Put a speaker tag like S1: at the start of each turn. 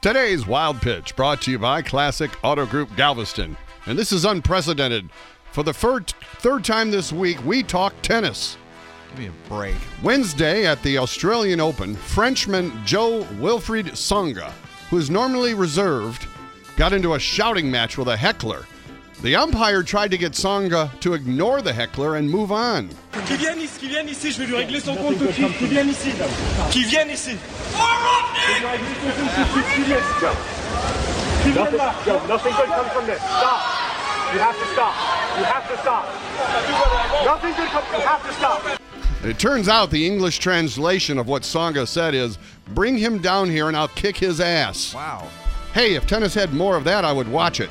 S1: Today's Wild Pitch brought to you by Classic Auto Group Galveston. And this is unprecedented. For the third, third time this week, we talk tennis.
S2: Give me a break.
S1: Wednesday at the Australian Open, Frenchman Joe Wilfried Songa, who is normally reserved, got into a shouting match with a heckler. The umpire tried to get Songa to ignore the heckler and move on.
S3: Qui vienne ici, qui vienne ici, je vais lui régler son compte tout de suite. Qui vienne ici, qui vienne ici. Je vais lui régler son compte tout de suite, qui vienne. Qui vienne là.
S4: Yo, nothing good comes from this. Stop. You have to stop. You have to stop. Nothing good comes. You have to stop.
S1: It turns out the English translation of what Songa said is bring him down here and I'll kick his ass.
S2: Wow.
S1: Hey, if tennis had more of that, I would watch it.